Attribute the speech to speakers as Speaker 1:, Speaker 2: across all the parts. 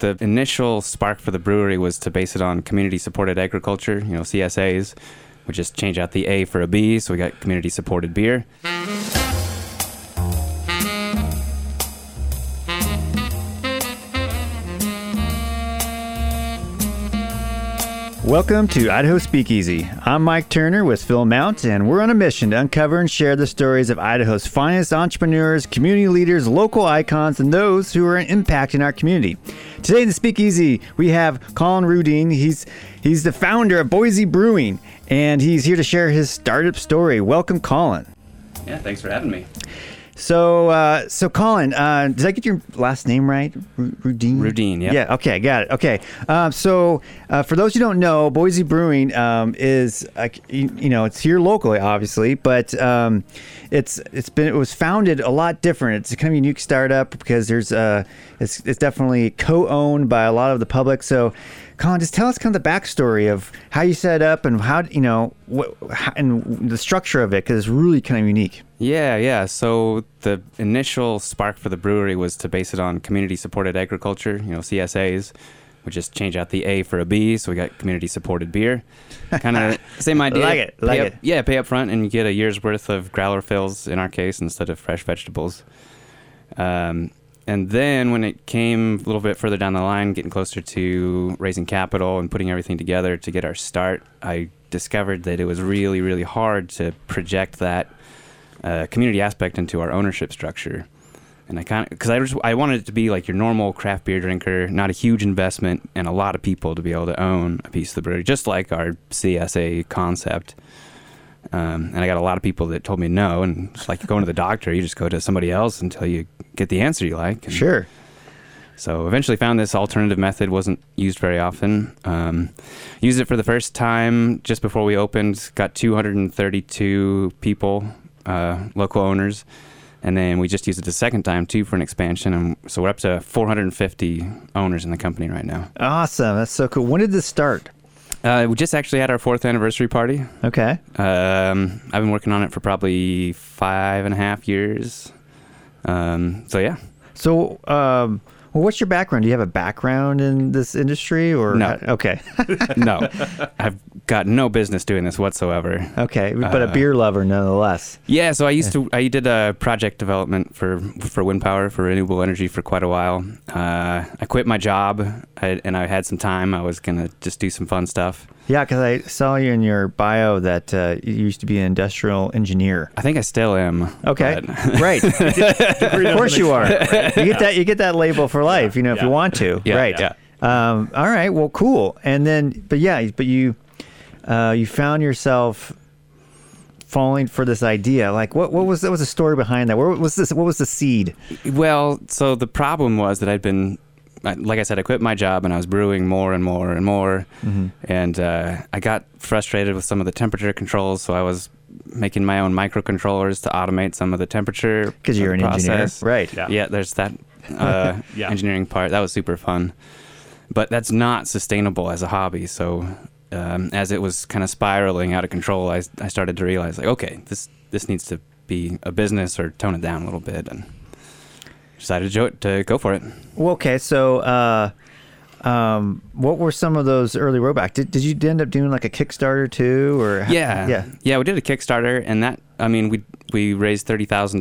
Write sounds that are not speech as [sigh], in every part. Speaker 1: the initial spark for the brewery was to base it on community supported agriculture, you know, CSAs. We just change out the A for a B, so we got community supported beer.
Speaker 2: Welcome to Idaho Speakeasy. I'm Mike Turner with Phil Mount, and we're on a mission to uncover and share the stories of Idaho's finest entrepreneurs, community leaders, local icons, and those who are impacting our community. Today in the Speakeasy, we have Colin Rudine. He's he's the founder of Boise Brewing, and he's here to share his startup story. Welcome, Colin.
Speaker 1: Yeah, thanks for having me.
Speaker 2: So, uh, so Colin, uh, did I get your last name right? Ru- Rudine.
Speaker 1: Rudine, yeah.
Speaker 2: Yeah. Okay, got it. Okay. Um, so, uh, for those who don't know, Boise Brewing um, is, like, you, you know, it's here locally, obviously, but um, it's it's been it was founded a lot different. It's a kind of unique startup because there's uh, it's it's definitely co-owned by a lot of the public. So, Colin, just tell us kind of the backstory of how you set up and how you know what how, and the structure of it because it's really kind of unique.
Speaker 1: Yeah, yeah. So the initial spark for the brewery was to base it on community supported agriculture, you know, CSAs. We just change out the A for a B, so we got community supported
Speaker 2: [laughs]
Speaker 1: beer. Kind of same idea.
Speaker 2: Like it, like
Speaker 1: Pay up-
Speaker 2: it.
Speaker 1: Yeah, pay up front and you get a year's worth of growler fills in our case instead of fresh vegetables. Um, and then when it came a little bit further down the line, getting closer to raising capital and putting everything together to get our start, I discovered that it was really, really hard to project that uh, community aspect into our ownership structure. And I kind of, because I just, I wanted it to be like your normal craft beer drinker, not a huge investment, and a lot of people to be able to own a piece of the brewery, just like our CSA concept. Um, and I got a lot of people that told me no, and it's like going to the doctor, you just go to somebody else until you get the answer you like. And
Speaker 2: Sure.
Speaker 1: so eventually found this alternative method wasn't used very often. Um, used it for the first time just before we opened. Got 232 people, uh, local owners, and then we just used it the second time too for an expansion. And so we're up to 450 owners in the company right now.
Speaker 2: Awesome. That's so cool. When did this start?
Speaker 1: Uh, we just actually had our fourth anniversary party.
Speaker 2: Okay.
Speaker 1: Um, I've been working on it for probably five and a half years. Um, so yeah. [laughs]
Speaker 2: So, um, well, what's your background? Do you have a background in this industry or
Speaker 1: No.
Speaker 2: Okay.
Speaker 1: No, I've got no business doing this whatsoever.
Speaker 2: okay. But a
Speaker 1: Uh,
Speaker 2: beer lover nonetheless.
Speaker 1: Yeah, so I used to I did uh, project development for for wind power for renewable energy for quite a while. Uh, I quit my job I, and I had some time. I was gonna just do some fun stuff.
Speaker 2: Yeah, because I saw you in your bio that uh, you used to be an industrial engineer.
Speaker 1: I think I still am.
Speaker 2: Okay,
Speaker 1: but- [laughs]
Speaker 2: right. of course you are. You get that. You get that label for life. You know, if you
Speaker 3: Yeah.
Speaker 2: want to.
Speaker 1: Yeah,
Speaker 2: right.
Speaker 1: yeah.
Speaker 2: Um, all right. Well, cool. And then, but yeah, but you, uh, you found yourself falling for this idea. Like, what? What was? What was the story behind that? What was this? What was the seed?
Speaker 1: Well, so the problem was that I'd been, I- like I said, I quit my job and I was brewing more and more and more. And uh, I got frustrated with some of the temperature controls, so I was making my own microcontrollers to automate some of the temperature.
Speaker 2: Because you're an
Speaker 1: process.
Speaker 2: engineer, right?
Speaker 3: Yeah.
Speaker 1: Yeah, there's that uh,
Speaker 3: Yeah.
Speaker 1: engineering part. That was super fun. But that's not sustainable as a hobby. So um, as it was kind of spiraling out of control, I, I started to realize, like, okay, this, this needs to be a business or tone it down a little bit. And decided to, jo- to go for it.
Speaker 2: Well, okay. So, uh, um, what were some of those early roadblocks? Did Did you end up doing like a Kickstarter too, or
Speaker 1: Yeah.
Speaker 2: yeah?
Speaker 1: Yeah, we did a Kickstarter and that I mean we we raised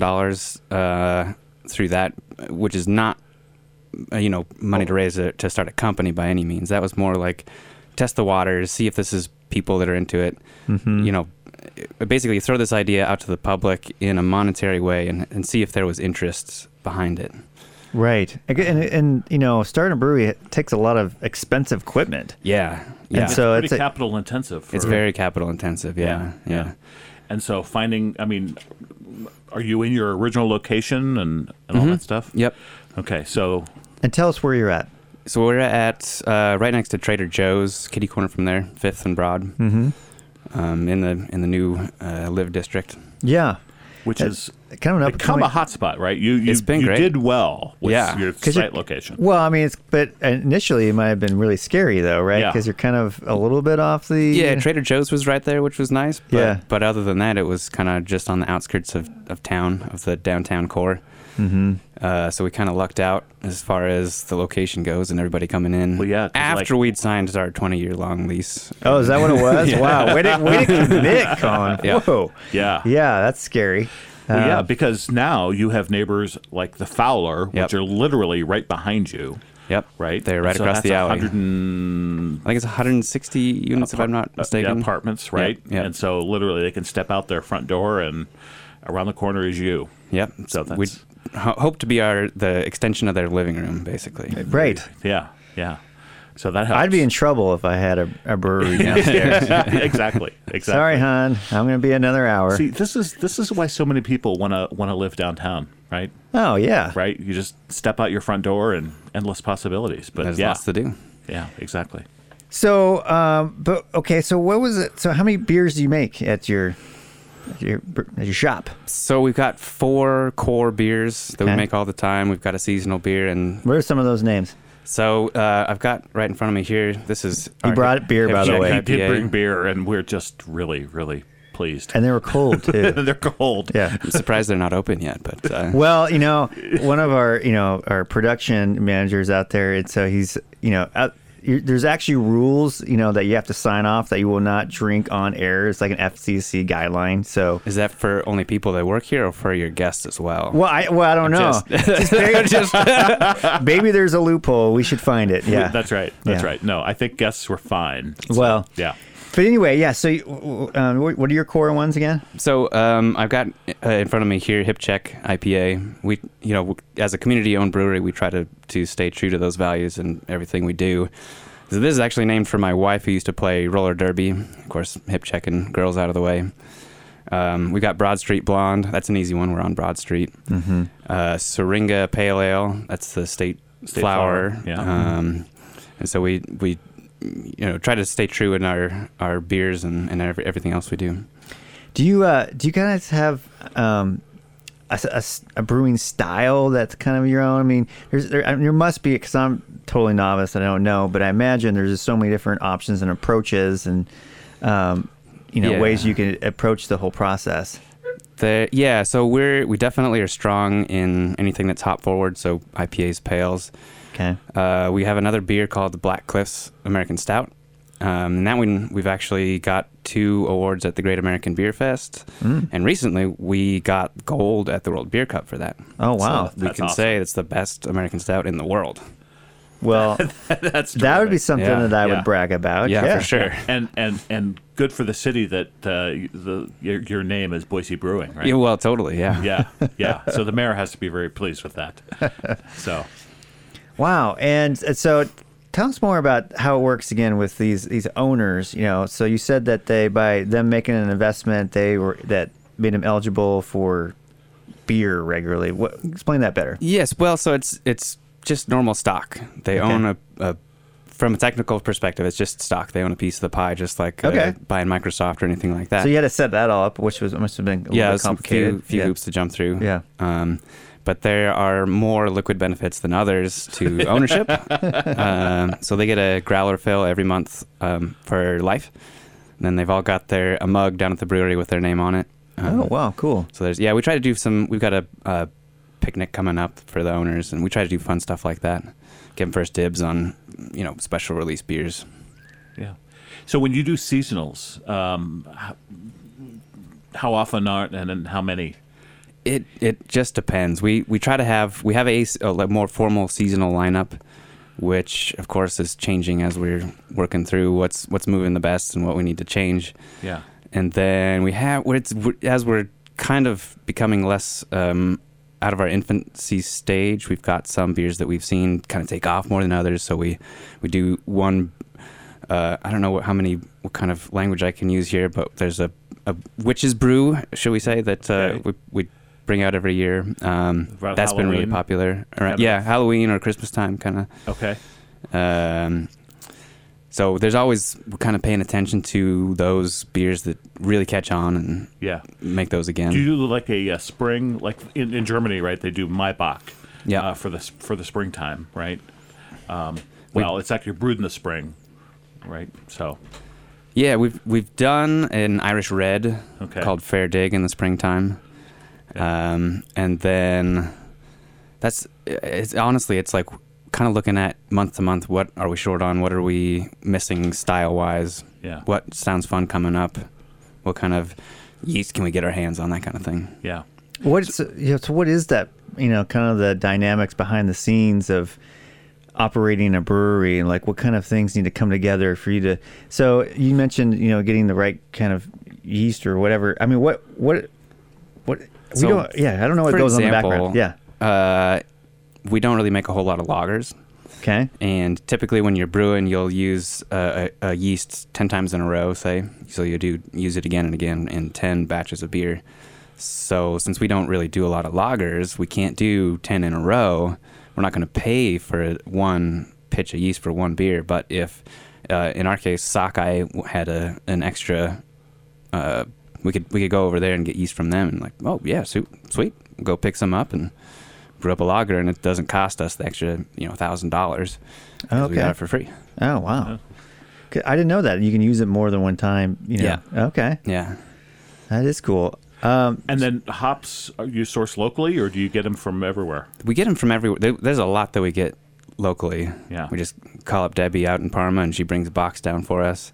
Speaker 1: $30,000 uh through that which is not uh, you know money to raise a, to start a company by any means. That was more like test the waters, see if this is people that are into it. You know, uh, basically throw this idea out to the public in a monetary way and, and see if there was interest behind it.
Speaker 2: Right. Ag- And, and you know, starting a brewery it takes a lot of expensive equipment.
Speaker 1: Yeah. Yeah.
Speaker 2: And so
Speaker 3: pretty
Speaker 2: it's a-
Speaker 3: capital intensive. For,
Speaker 1: it's very capital intensive. Yeah. Yeah.
Speaker 3: And so finding, I mean, are you in your original location and, and all that stuff?
Speaker 1: Mm-hmm. Yep.
Speaker 3: Okay, so
Speaker 2: And tell us where you're at.
Speaker 1: So we're at uh, right next to Trader Joe's, kitty corner from there, Fifth and Broad,
Speaker 2: Mm-hmm.
Speaker 1: um, in the in the new uh, Live District.
Speaker 2: Yeah.
Speaker 3: which is
Speaker 2: Kind of an
Speaker 3: become a
Speaker 2: upcoming.
Speaker 3: hot spot, right? You you,
Speaker 1: It's been
Speaker 3: you
Speaker 1: great.
Speaker 3: did well with
Speaker 1: Yeah.
Speaker 3: your
Speaker 2: 'Cause
Speaker 3: site
Speaker 1: [laughs]
Speaker 2: you're-
Speaker 3: location.
Speaker 2: Well, I mean, it's but initially it might have been really scary though, right?
Speaker 3: Yeah.
Speaker 2: Because you're kind of a little bit off the.
Speaker 1: Yeah, Trader Joe's was right there, which was nice. But,
Speaker 2: Yeah.
Speaker 1: But other than that, it was kind of just on the outskirts of, of town, of the downtown core.
Speaker 2: Mm-hmm.
Speaker 1: Uh, so we kind of lucked out as far as the location goes and everybody coming in.
Speaker 3: Well, yeah, 'cause, like-
Speaker 1: After we'd signed our 20 year long lease.
Speaker 2: Oh, is that
Speaker 3: [laughs]
Speaker 2: what it was? Wow, way to, way to commit, Colin.
Speaker 1: Yeah.
Speaker 2: Whoa.
Speaker 3: Yeah.
Speaker 2: Yeah, that's scary.
Speaker 3: Well, yeah,
Speaker 2: Um,
Speaker 3: because now you have neighbors like the Fowler,
Speaker 1: Yep.
Speaker 3: which are literally right behind you,
Speaker 1: Yep.
Speaker 3: right?
Speaker 1: They're right
Speaker 3: So
Speaker 1: across
Speaker 3: that's
Speaker 1: the alley.
Speaker 3: 100 and
Speaker 1: I think it's 160 units, if I'm not
Speaker 3: uh,
Speaker 1: mistaken.
Speaker 3: yeah, apartments, right?
Speaker 1: yeah.
Speaker 3: And so literally they can step out their front door and around the corner is you.
Speaker 1: Yep.
Speaker 3: So
Speaker 1: we
Speaker 3: that's-
Speaker 1: ho- hope to be our the extension of their living room, basically.
Speaker 2: Right.
Speaker 3: Yeah. Yeah. So that helps.
Speaker 2: I'd
Speaker 3: [laughs]
Speaker 2: be in trouble if I had a, a brewery downstairs.
Speaker 3: exactly. Exactly.
Speaker 2: Sorry, hon. I'm going to be another hour.
Speaker 3: See, this is this is why so many people want to want to live downtown, right?
Speaker 2: oh, yeah.
Speaker 3: Right? You just step out your front door and endless possibilities. But
Speaker 1: There's
Speaker 3: yeah,
Speaker 1: lots to do.
Speaker 3: yeah, exactly.
Speaker 2: So, um, but okay. So, what was it? So, how many beers do you make at your at your, at your shop?
Speaker 1: So we've got four core beers that
Speaker 2: Okay.
Speaker 1: we make all the time. We've got a seasonal beer, and
Speaker 2: What are some of those names?
Speaker 1: so uh, I've got right in front of me here. This is
Speaker 2: He
Speaker 1: our
Speaker 2: brought beer, by the
Speaker 1: Hip
Speaker 2: way.
Speaker 1: Jack
Speaker 3: he
Speaker 1: IPA.
Speaker 3: did bring beer, and we're just really, really pleased.
Speaker 2: And they were cold
Speaker 3: [laughs]
Speaker 2: too.
Speaker 3: They're cold.
Speaker 2: yeah.
Speaker 1: I'm surprised they're not open yet, but
Speaker 2: [laughs]
Speaker 1: uh,
Speaker 2: Well, you know, one of our you know our production managers out there, and so he's you know out, you there's actually rules you know that you have to sign off that you will not drink on air. It's like an FCC guideline. So.
Speaker 1: is that for only people that work here or for your guests as well?
Speaker 2: Well, I well I don't know.
Speaker 1: Just-
Speaker 2: Just very-
Speaker 3: [laughs]
Speaker 2: maybe there's a loophole. We should find it. Yeah,
Speaker 3: That's right. That's
Speaker 2: Yeah.
Speaker 3: right. No, I think guests were fine.
Speaker 2: Well,
Speaker 3: Yeah. [laughs]
Speaker 2: But anyway, yeah. So, you- um, what what are your core ones again?
Speaker 1: So um, I've got uh, in front of me here HipCheck IPA. We, you know, as a community-owned brewery, we try to to stay true to those values in everything we do. So this is actually named for my wife, who used to play roller derby. Of course, HipCheck and girls out of the way. Um, we got Broad Street Blonde. That's an easy one. We're on Broad Street. Mm-hmm. Uh, Syringa Pale Ale. That's the state,
Speaker 3: State
Speaker 1: flower.
Speaker 3: flower, yeah.
Speaker 1: Um, and so we we you know try to stay true in our our beers and and every, everything else we do.
Speaker 2: Do you uh, do you guys have um, a, s- a s- a brewing style that's kind of your own? I mean, there's there, I mean, there must be because I'm totally novice. I don't know, but I imagine there's just so many different options and approaches and um, you know
Speaker 1: Yeah.
Speaker 2: ways you can approach the whole process.
Speaker 1: The, yeah, so we're we definitely are strong in anything that's hop forward, so IPAs, pales.
Speaker 2: Okay.
Speaker 1: Uh, we have another beer called the Black Cliffs American Stout, um, and that one we've actually got two awards at the Great American Beer Fest,
Speaker 2: Mm.
Speaker 1: and recently we got gold at the World Beer Cup for that.
Speaker 2: Oh wow.
Speaker 1: we
Speaker 3: That's
Speaker 1: can
Speaker 3: awesome.
Speaker 1: say it's the best American Stout in the world.
Speaker 2: well,
Speaker 3: That's
Speaker 2: that would be
Speaker 3: terrific.
Speaker 2: something
Speaker 1: Yeah,
Speaker 2: that I
Speaker 3: yeah.
Speaker 2: would brag about.
Speaker 1: Yeah, for
Speaker 3: [laughs]
Speaker 1: sure.
Speaker 3: And and and good for the city that uh, the your, your name is Boise Brewing, right?
Speaker 1: Yeah, well, totally. Yeah.
Speaker 3: yeah, yeah. So the mayor has to be very pleased with that.
Speaker 1: [laughs]
Speaker 3: So
Speaker 2: Wow. And and so tell us more about how it works again with these these owners, you know. So you said that they by them making an investment, they were that made them eligible for beer regularly. What explain that better.
Speaker 1: Yes, well, so it's it's just normal stock. They
Speaker 2: Okay.
Speaker 1: own a, a from a technical perspective, it's just stock. They own a piece of the pie, just like
Speaker 2: Okay.
Speaker 1: uh, buying Microsoft or anything like that.
Speaker 2: So you had to set that all up, which was must have been a
Speaker 1: yeah,
Speaker 2: little
Speaker 1: it's
Speaker 2: bit
Speaker 1: a
Speaker 2: complicated.
Speaker 1: few, few
Speaker 2: yeah.
Speaker 1: hoops to jump through.
Speaker 2: Yeah.
Speaker 1: Um, but there are more liquid benefits than others
Speaker 2: [laughs]
Speaker 1: to ownership. um, so they get a growler fill every month um, for life. And then they've all got their a mug down at the brewery with their name on it. Um,
Speaker 2: Oh wow, cool.
Speaker 1: so there's yeah, we try to do some. We've got a, uh picnic coming up for the owners, and we try to do fun stuff like that. Give them first dibs on you know special release beers.
Speaker 3: yeah. So when you do seasonals, um, how, how often are and, and how many?
Speaker 1: It it just depends. We we try to have we have a, s- a li- more formal seasonal lineup, which of course is changing as we're working through what's what's moving the best and what we need to change.
Speaker 3: Yeah.
Speaker 1: and then we have we're- it's we're, as we're kind of becoming less um, out of our infancy stage we've got some beers that we've seen kind of take off more than others so we we do one uh, i don't know what, how many what kind of language i can use here but there's a, a witch's brew shall we say that uh,
Speaker 3: Okay.
Speaker 1: we, we bring out every year um,
Speaker 3: Around
Speaker 1: that's been really
Speaker 3: Halloween?
Speaker 1: popular around,
Speaker 3: Kind of-
Speaker 1: yeah halloween or christmas time kind of
Speaker 3: Okay.
Speaker 1: um, so there's always we're kind of paying attention to those beers that really catch on and
Speaker 3: Yeah.
Speaker 1: make those again.
Speaker 3: Do you do like a, uh spring, like in, in Germany, right? They do Maibach,
Speaker 1: Yeah.
Speaker 3: uh, for the s- for the springtime, right? Um,
Speaker 1: We-
Speaker 3: well, it's actually brewed in the spring, right? So
Speaker 1: yeah, we've we've done an Irish Red
Speaker 3: Okay.
Speaker 1: called Fair Dig in the springtime, um, and then that's it's honestly it's like kind of looking at month to month what are we short on what are we missing style wise
Speaker 3: Yeah.
Speaker 1: what sounds fun coming up what kind of yeast can we get our hands on that kind of thing
Speaker 3: Yeah.
Speaker 2: What's yeah, so what is that? You know, kind of the dynamics behind the scenes of operating a brewery and like what kind of things need to come together for you to. So you mentioned you know getting the right kind of yeast or whatever. I mean, what what what
Speaker 1: So,
Speaker 2: we don't. Yeah, I don't know what
Speaker 1: for
Speaker 2: goes
Speaker 1: example,
Speaker 2: on the background. Yeah.
Speaker 1: uh, we don't really make a whole lot of lagers
Speaker 2: Okay.
Speaker 1: and typically when you're brewing you'll use uh, a, a yeast 10 times in a row say so you do use it again and again in 10 batches of beer so since we don't really do a lot of lagers we can't do 10 in a row we're not going to pay for one pitch of yeast for one beer but if uh, in our case sockeye had a, an extra uh, we could we could go over there and get yeast from them and like oh yeah su- sweet go pick some up and brew up a lager and it doesn't cost us the extra you know thousand dollars we
Speaker 2: Okay.
Speaker 1: got it for free
Speaker 2: Oh wow. Okay, I didn't know that. You can use it more than one time. You know.
Speaker 1: Yeah.
Speaker 2: Okay.
Speaker 1: yeah
Speaker 2: That is cool. Um,
Speaker 3: And then hops, are you source locally or do you get them from everywhere?
Speaker 1: we get them from everywhere there, there's a lot that we get locally
Speaker 3: Yeah.
Speaker 1: we just call up debbie out in parma and she brings a box down for us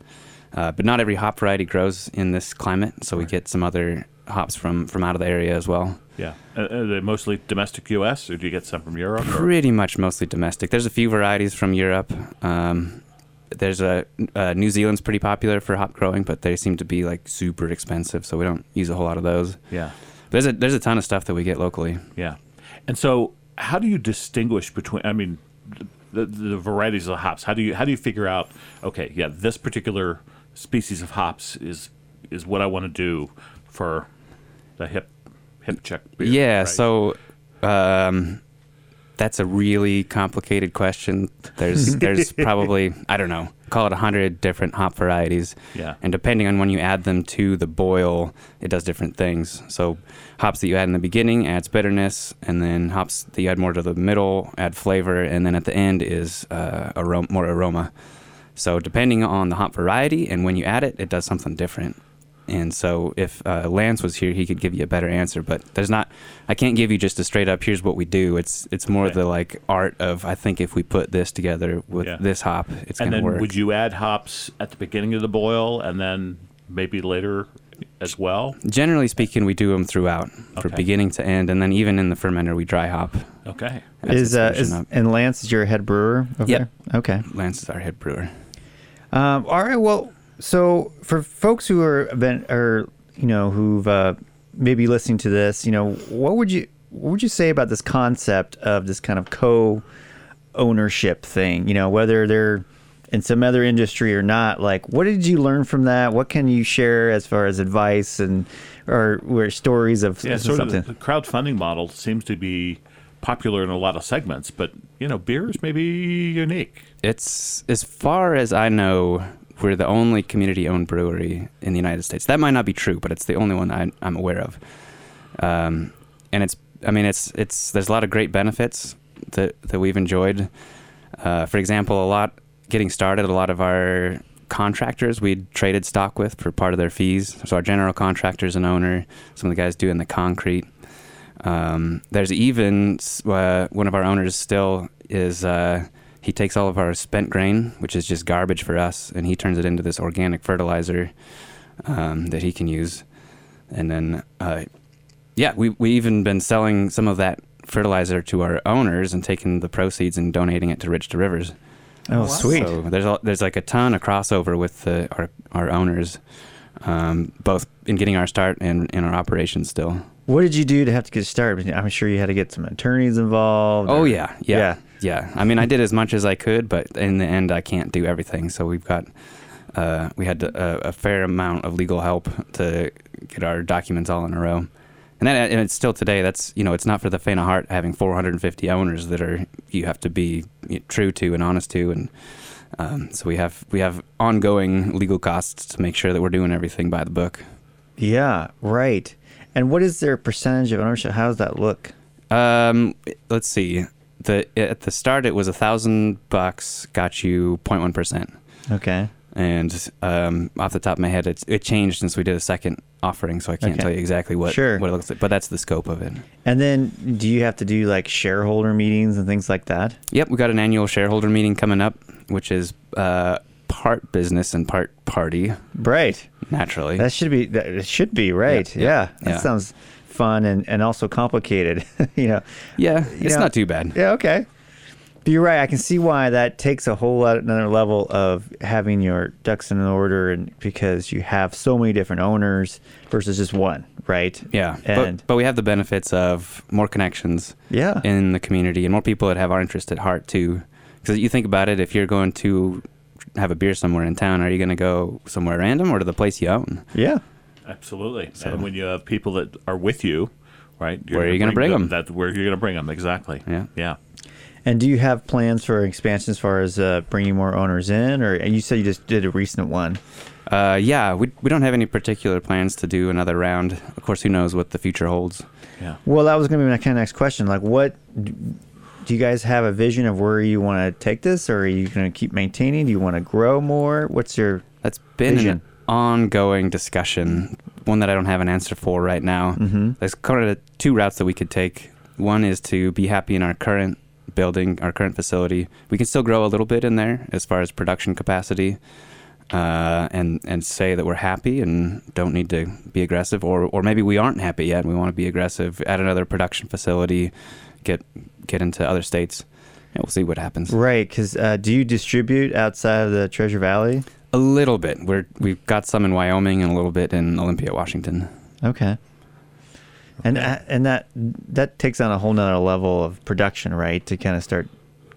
Speaker 1: uh, but not every hop variety grows in this climate so we get some other hops from from out of the area as well
Speaker 3: Yeah. Uh, Are they mostly domestic U.S. or do you get some from Europe? or-
Speaker 1: pretty much mostly domestic. There's a few varieties from Europe. Um, there's a uh, New Zealand's pretty popular for hop growing, but they seem to be like super expensive, so we don't use a whole lot of those.
Speaker 3: Yeah.
Speaker 1: There's a there's a ton of stuff that we get locally.
Speaker 3: Yeah. And so, how do you distinguish between? I mean, the, the varieties of hops. How do you how do you figure out? Okay, yeah, this particular species of hops is is what I want to do for the hip hip check. Beer,
Speaker 1: yeah,
Speaker 3: right?
Speaker 1: so um, that's a really complicated question.
Speaker 3: [laughs]
Speaker 1: There's there's probably I don't know, call it a hundred different hop varieties.
Speaker 3: Yeah.
Speaker 1: And depending on when you add them to the boil, it does different things. So hops that you add in the beginning adds bitterness, and then hops that you add more to the middle add flavor, and then at the end is uh, aroma, more aroma. So depending on the hop variety and when you add it, it does something different. And so if uh, Lance was here, he could give you a better answer. But there's not, I can't give you just a straight up. Here's what we do. It's it's more
Speaker 3: Right.
Speaker 1: the like art of I think if we put this together with
Speaker 3: Yeah.
Speaker 1: this hop, it's
Speaker 3: and
Speaker 1: gonna
Speaker 3: then
Speaker 1: work.
Speaker 3: would you add hops at the beginning of the boil, and then maybe later as well?
Speaker 1: Generally speaking, we do them throughout, for
Speaker 3: Okay.
Speaker 1: beginning to end, and then even in the fermenter, we dry hop.
Speaker 3: Okay.
Speaker 1: That's
Speaker 2: is uh,
Speaker 1: the
Speaker 2: is
Speaker 1: solution up.
Speaker 2: and Lance is your head brewer? Over
Speaker 1: Yep.
Speaker 2: there? Okay.
Speaker 1: Lance is our head brewer.
Speaker 2: Um, all right. Well, so for folks who are been or you know who've uh, maybe listening to this, you know, what would you what would you say about this concept of this kind of co ownership thing? You know, whether they're in some other industry or not. Like, what did you learn from that? What can you share as far as advice and or, or stories of
Speaker 3: Yeah, sort
Speaker 2: something?
Speaker 3: of the crowdfunding model seems to be popular in a lot of segments, but you know, beer is maybe unique.
Speaker 1: It's as far as I know, we're the only community-owned brewery in the United States. That might not be true, but it's the only one I, I'm aware of. Um, and it's, I mean, it's it's there's a lot of great benefits that that we've enjoyed. Uh, for example, a lot getting started, a lot of our contractors we traded stock with for part of their fees. So our general contractors and owner, some of the guys doing the concrete. Um, there's even uh, one of our owners still is uh, he takes all of our spent grain, which is just garbage for us, and he turns it into this organic fertilizer um, that he can use. And then, uh, yeah, we we even been selling some of that fertilizer to our owners and taking the proceeds and donating it to Rich to Rivers.
Speaker 2: oh, sweet.
Speaker 1: So there's a, there's like a ton of crossover with the, our our owners, um, both in getting our start and in our operations still.
Speaker 2: What did you do to have to get started? I'm sure you had to get some attorneys involved.
Speaker 1: Oh
Speaker 2: or-
Speaker 1: yeah, yeah, yeah, I mean, I did as much as I could, but in the end, I can't do everything. So we've got uh, we had a, a fair amount of legal help to get our documents all in a row. And, that, and it's still today. That's you know, it's not for the faint of heart having 450 owners that are you have to be you know, true to and honest to, and um, so we have we have ongoing legal costs to make sure that we're doing everything by the book.
Speaker 2: Yeah, right. And what is their percentage of ownership? How does that look?
Speaker 1: Um, let's see. The at the start it was a thousand bucks got you 0.1 percent.
Speaker 2: Okay.
Speaker 1: and um, off the top of my head, it's, it changed since we did a second offering, so I can't
Speaker 2: Okay.
Speaker 1: tell you exactly what
Speaker 2: Sure.
Speaker 1: what it looks like. But that's the scope of it.
Speaker 2: And then do you have to do like shareholder meetings and things like that?
Speaker 1: Yep, we got an annual shareholder meeting coming up, which is uh, part business and part party.
Speaker 2: Right.
Speaker 1: Naturally,
Speaker 2: That should be that it should be right.
Speaker 1: Yeah,
Speaker 2: Yeah.
Speaker 1: yeah,
Speaker 2: That
Speaker 1: yeah.
Speaker 2: sounds fun and, and also complicated. [laughs] you know.
Speaker 1: yeah,
Speaker 2: you
Speaker 1: it's
Speaker 2: know,
Speaker 1: not too bad.
Speaker 2: Yeah, okay. But you're right, I can see why that takes a whole lot another level of having your ducks in order and because you have so many different owners versus just one, right?
Speaker 1: Yeah,
Speaker 2: And
Speaker 1: but, but we have the benefits of more connections
Speaker 2: yeah.
Speaker 1: in the community and more people that have our interest at heart too. Because you think about it, if you're going to have a beer somewhere in town, are you going to go somewhere random or to the place you own?
Speaker 2: yeah.
Speaker 3: Absolutely. And when you have people that are with you, right? You're
Speaker 1: Where are you gonna bring 'em?
Speaker 3: That's where you're going to bring them. Exactly.
Speaker 1: Yeah.
Speaker 3: Yeah.
Speaker 2: And do you have plans for expansion as far as uh, bringing more owners in, or and you said you just did a recent one?
Speaker 1: Uh, yeah, we, we don't have any particular plans to do another round. Of course, who knows what the future holds?
Speaker 3: Yeah.
Speaker 2: Well, that was going to be my kind of next question. Like, what do you guys have a vision of where you want to take this, or are you going to keep maintaining? Do you want to grow more? What's your
Speaker 1: That's been
Speaker 2: Vision.
Speaker 1: an ongoing discussion, one that I don't have an answer for right now. Mm-hmm. There's kind of two routes that we could take. One is to be happy in our current building, our current facility. We can still grow a little bit in there as far as production capacity, uh, and and say that we're happy and don't need to be aggressive, or or maybe we aren't happy yet. and We want to be aggressive at another production facility, get get into other states. And we'll see what happens.
Speaker 2: right? Because uh, do you distribute outside of the Treasure Valley?
Speaker 1: A little bit. We're we've got some in Wyoming and a little bit in Olympia, Washington.
Speaker 2: Okay. And uh, and that that takes on a whole nother level of production, right? To kind of start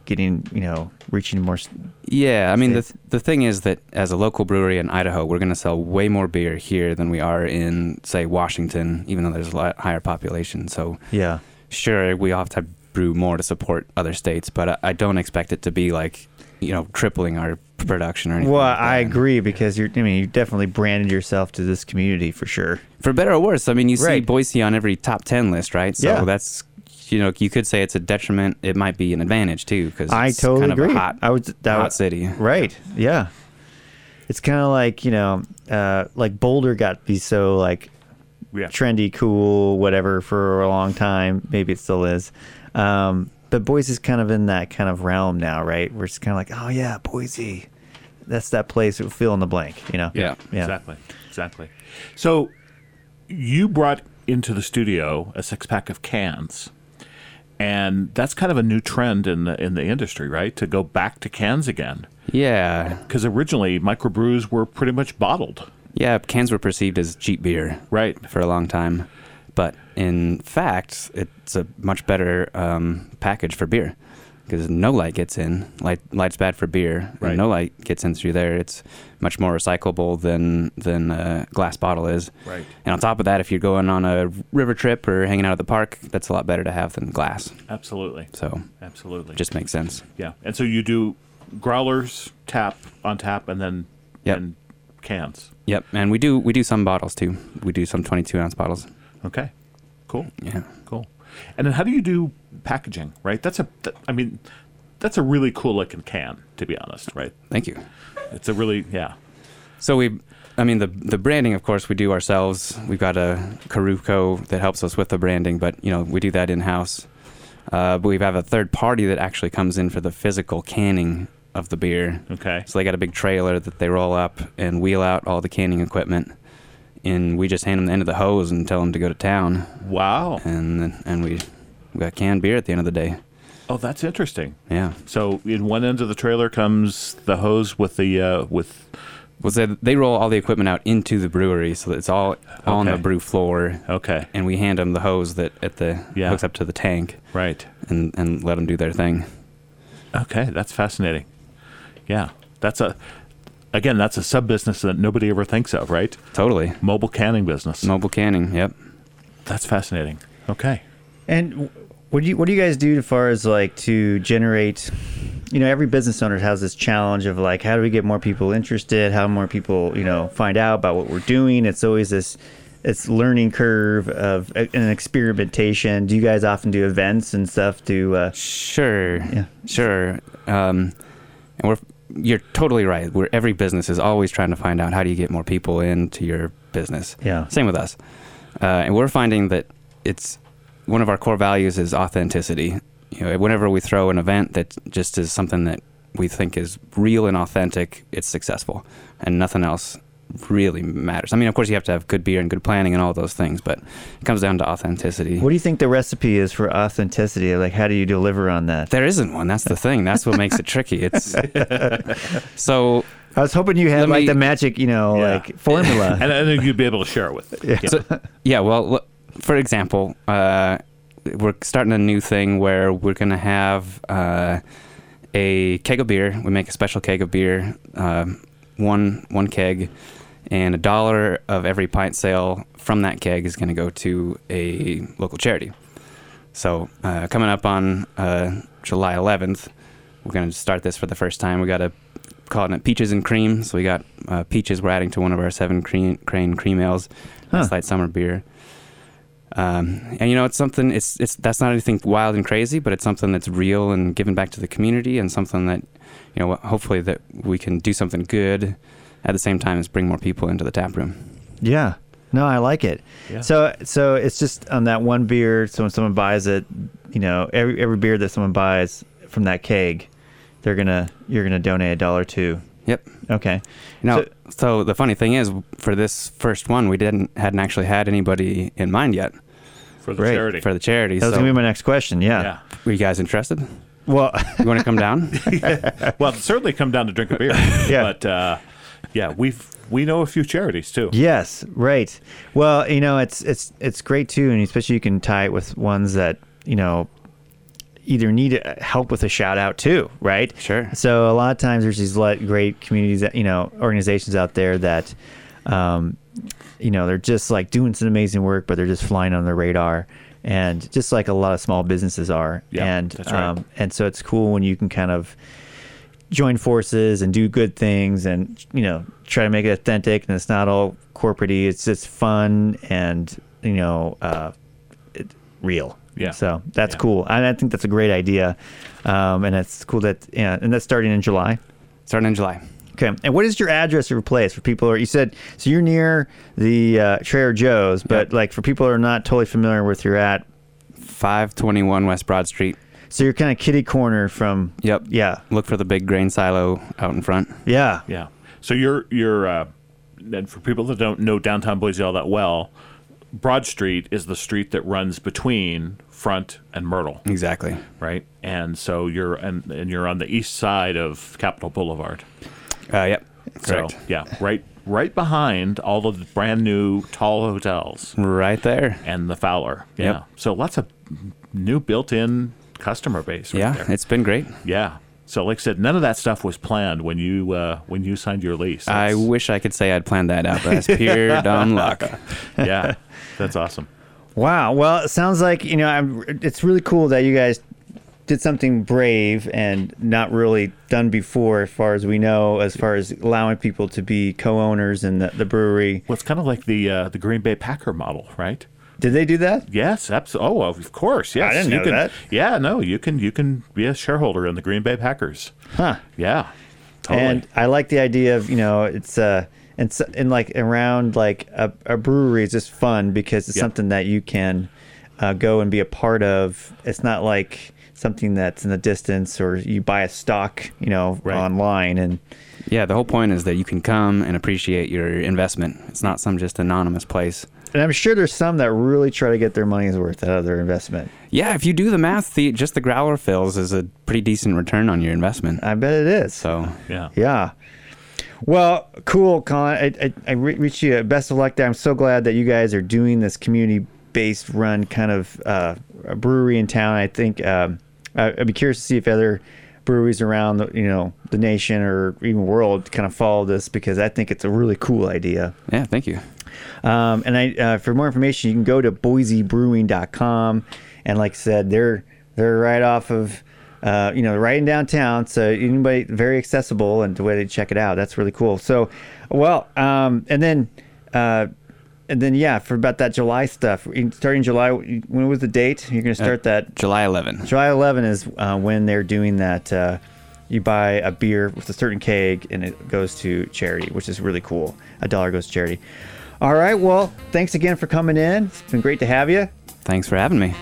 Speaker 2: getting you know reaching more. s-
Speaker 1: Yeah, I mean the
Speaker 2: States.
Speaker 1: the thing is that as a local brewery in Idaho, we're going to sell way more beer here than we are in say Washington, even though there's a lot higher population. So
Speaker 2: Yeah.
Speaker 1: sure, we all have to brew more to support other states, but I, I don't expect it to be like you know tripling our production or anything.
Speaker 2: Well,
Speaker 1: like that.
Speaker 2: I agree because you're. I mean, you definitely branded yourself to this community for sure.
Speaker 1: for better or worse. I mean, you see
Speaker 2: Right.
Speaker 1: Boise on every top ten list, right? So
Speaker 2: Yeah.
Speaker 1: that's you know you could say it's a detriment. It might be an advantage too because
Speaker 2: I
Speaker 1: it's
Speaker 2: totally
Speaker 1: kind of
Speaker 2: agree.
Speaker 1: a hot
Speaker 2: I would that
Speaker 1: hot
Speaker 2: would-
Speaker 1: city.
Speaker 2: Right. Yeah. It's kind of like you know, uh, like Boulder got to be so like
Speaker 3: Yeah.
Speaker 2: trendy, cool, whatever for a long time. Maybe it still is. Um, but Boise's kind of in that kind of realm now, right? Where it's kind of like, oh yeah, Boise, that's that place. that Fill in the blank, you know.
Speaker 1: Yeah.
Speaker 2: Yeah.
Speaker 3: Exactly. Exactly. So you brought into the studio a six pack of cans. And that's kind of a new trend in the in the industry, right? To go back to cans again.
Speaker 1: Yeah,
Speaker 3: Because originally microbrews were pretty much bottled.
Speaker 1: yeah. Cans were perceived as cheap beer,
Speaker 3: Right.
Speaker 1: for a long time, but in fact, it's a much better um, package for beer because no light gets in. Light light's bad for beer,
Speaker 3: Right.
Speaker 1: and no light gets in through there. It's much more recyclable than than a glass bottle is.
Speaker 3: Right.
Speaker 1: And on top of that, if you're going on a river trip or hanging out at the park, that's a lot better to have than glass.
Speaker 3: Absolutely.
Speaker 1: So
Speaker 3: Absolutely.
Speaker 1: it just makes sense.
Speaker 3: Yeah, and so you do growlers, tap on tap, and then
Speaker 1: Yep.
Speaker 3: and cans.
Speaker 1: Yep. And we do we do some bottles too. We do some 22 ounce bottles.
Speaker 3: Okay, cool,
Speaker 1: Yeah.
Speaker 3: cool. And then how do you do packaging? Right, that's a. That, I mean, that's a really cool looking can, to be honest. Right,
Speaker 1: Thank you.
Speaker 3: it's a really yeah.
Speaker 1: So we, I mean, the the branding, of course, we do ourselves. We've got a Karuko that helps us with the branding, but you know, we do that in house. Uh, but we have a third party that actually comes in for the physical canning of the beer.
Speaker 3: Okay,
Speaker 1: So they got a big trailer that they roll up and wheel out all the canning equipment, and we just hand them the end of the hose and tell them to go to town,
Speaker 3: wow.
Speaker 1: and then- and we we got canned beer at the end of the day.
Speaker 3: Oh, that's interesting.
Speaker 1: Yeah.
Speaker 3: So in one end of the trailer comes the hose with the uh, with
Speaker 1: Well, they, they roll all the equipment out into the brewery, so it's all on the
Speaker 3: Okay. Oh,
Speaker 1: brew floor.
Speaker 3: okay
Speaker 1: and we hand them the hose that at the
Speaker 3: Yeah.
Speaker 1: hooks up to the tank
Speaker 3: right
Speaker 1: and and let them do their thing.
Speaker 3: okay that's fascinating. Yeah, that's a again that's a sub business that nobody ever thinks of. Right,
Speaker 1: Totally
Speaker 3: mobile canning business.
Speaker 1: mobile canning. Yep.
Speaker 3: That's fascinating.
Speaker 2: [laughs]
Speaker 3: Okay.
Speaker 2: And w- what do you what do you guys do as far as like to generate? You know, every business owner has this challenge of like, how do we get more people interested? How more people you know find out about what we're doing? It's always this it's learning curve of a- an experimentation. Do you guys often do events and stuff? To uh,
Speaker 1: Sure.
Speaker 2: Yeah.
Speaker 1: Sure. Um, and we're you're totally right. Where every business is always trying to find out how do you get more people into your business.
Speaker 2: Yeah.
Speaker 1: Same with us. Uh, and we're finding that it's one of our core values is authenticity. You know, whenever we throw an event that just is something that we think is real and authentic, it's successful, and nothing else really matters. I mean, of course, you have to have good beer and good planning and all those things, but it comes down to authenticity.
Speaker 2: What do you think the recipe is for authenticity? Like, how do you deliver on that?
Speaker 1: There isn't one. That's the thing. That's what makes it tricky. It's so
Speaker 2: I was hoping you
Speaker 1: Let
Speaker 2: had like
Speaker 1: me-
Speaker 2: the magic, you know,
Speaker 3: Yeah.
Speaker 2: like formula.
Speaker 1: [laughs]
Speaker 3: and I think you'd be able to share it with. Yeah.
Speaker 1: So, yeah, well, l- for example, uh, we're starting a new thing where we're going to have uh, a keg of beer. We make a special keg of beer, um, one one keg, and a dollar of every pint sale from that keg is going to go to a local charity. So uh, coming up on uh, July 11th, we're going to start this for the first time. We got a calling it peaches and cream. So we got uh, peaches. We're adding to one of our seven cream, crane cream ales.
Speaker 2: Huh.
Speaker 1: That's like summer beer. Um, and you know, it's something. It's it's that's not anything wild and crazy, but it's something that's real and given back to the community, and something that you know, hopefully that we can do something good at the same time as bring more people into the tap room.
Speaker 2: yeah. No, I like it.
Speaker 3: Yeah.
Speaker 2: So, so it's just on that one beer. So when someone buys it, you know, every every beer that someone buys from that keg, they're gonna you're gonna donate a dollar to.
Speaker 1: Yep.
Speaker 2: Okay.
Speaker 1: Now,
Speaker 2: So-
Speaker 1: so, the funny thing is, for this first one, we didn't hadn't actually had anybody in mind yet
Speaker 3: For the
Speaker 2: Great.
Speaker 3: charity.
Speaker 1: for the charity.
Speaker 2: That was
Speaker 1: so,
Speaker 2: gonna be my next question. Yeah.
Speaker 3: yeah.
Speaker 1: were you guys interested?
Speaker 2: Well, [laughs]
Speaker 1: You want to come down?
Speaker 3: Well, certainly come down to drink a beer.
Speaker 2: [laughs] Yeah.
Speaker 3: But uh, yeah, we've we know a few charities too.
Speaker 2: yes, right. Well, you know, it's it's it's great too, and especially you can tie it with ones that you know either need uh, help with a shout out too, right?
Speaker 1: Sure.
Speaker 2: So a lot of times there's these le- great communities, that, you know, organizations out there that, um, you know, they're just like doing some amazing work, but they're just flying on the radar, and just like a lot of small businesses are.
Speaker 3: Yeah,
Speaker 2: and
Speaker 3: that's right.
Speaker 2: um, and so it's cool when you can kind of join forces and do good things, and you know, try to make it authentic, and it's not all corporatey. It's just fun and you know, uh, it, real.
Speaker 3: Yeah.
Speaker 2: So that's
Speaker 3: Yeah.
Speaker 2: cool. And I think that's a great idea. Um, and it's cool that, yeah, and that's starting in July.
Speaker 1: Starting in July.
Speaker 2: Okay. And what is your address or place for people? Who are, you said, so you're near the uh, Trader Joe's, but like for people who are not totally familiar with where you're at,
Speaker 1: 521 West Broad Street.
Speaker 2: so you're kind of kitty corner from.
Speaker 1: Yep.
Speaker 2: Yeah.
Speaker 1: Look for the big grain silo out in front.
Speaker 2: Yeah.
Speaker 3: Yeah. So you're you're uh, and for people that don't know downtown Boise all that well, Broad Street is the street that runs between Front and Myrtle,
Speaker 1: Exactly.
Speaker 3: right? And so you're and and you're on the east side of Capitol Boulevard.
Speaker 1: Uh, yep.
Speaker 3: So
Speaker 1: Correct.
Speaker 3: yeah, right right behind all of the brand new tall hotels
Speaker 1: right there.
Speaker 3: and the Fowler.
Speaker 1: Yep.
Speaker 3: Yeah. So lots of new built-in customer base right
Speaker 1: yeah,
Speaker 3: there.
Speaker 1: it's been great.
Speaker 3: Yeah. So, like I said, none of that stuff was planned when you uh, when you signed your lease.
Speaker 1: I
Speaker 3: That's-
Speaker 1: wish I could say I'd planned that out, but that's pure dumb luck.
Speaker 3: yeah, that's awesome.
Speaker 2: Wow. Well, it sounds like you know, I'm, it's really cool that you guys did something brave and not really done before, as far as we know, as far as allowing people to be co-owners in the, the brewery.
Speaker 3: Well, it's kind of like the uh, the Green Bay Packer model, right?
Speaker 2: Did they do that?
Speaker 3: Yes, absolutely. Oh, of course. Yes,
Speaker 2: didn't
Speaker 3: you
Speaker 2: know
Speaker 3: can,
Speaker 2: that.
Speaker 3: Yeah, no, you can you can be a shareholder in the Green Bay Packers.
Speaker 2: Huh.
Speaker 3: Yeah, totally.
Speaker 2: And I like the idea of you know, it's uh, and so, and like around like a, a brewery is just fun because it's
Speaker 3: Yeah.
Speaker 2: something that you can uh, go and be a part of. It's not like something that's in the distance or you buy a stock, you know,
Speaker 3: Right.
Speaker 2: online and
Speaker 1: Yeah, the whole point is that you can come and appreciate your investment. It's not some just anonymous place.
Speaker 2: And I'm sure there's some that really try to get their money's worth out of their investment.
Speaker 1: Yeah, if you do the math, the, just the growler fills is a pretty decent return on your investment.
Speaker 2: I bet it is.
Speaker 1: So
Speaker 3: yeah,
Speaker 2: Yeah. Well, cool, Colin. I, I, I re- wish you best of luck there. I'm so glad that you guys are doing this community based run kind of uh, brewery in town. I think um, I, I'd be curious to see if other breweries around the, you know the nation or even world kind of follow this because I think it's a really cool idea.
Speaker 1: yeah, thank you.
Speaker 2: Um, and I, uh, for more information, you can go to BoiseBrewing.com. And like I said, they're they're right off of, uh, you know, right in downtown. So anybody very accessible and the way they check it out, that's really cool. So, well, um, and then. Uh, and then yeah, for about that July stuff, in- starting July. When was the date? You're gonna start that
Speaker 1: July 11.
Speaker 2: July 11 is uh, when they're doing that. Uh, you buy a beer with a certain keg, and it goes to charity, which is really cool. A dollar goes to charity. All right. Well, thanks again for coming in. It's been great to have you.
Speaker 1: Thanks for having me.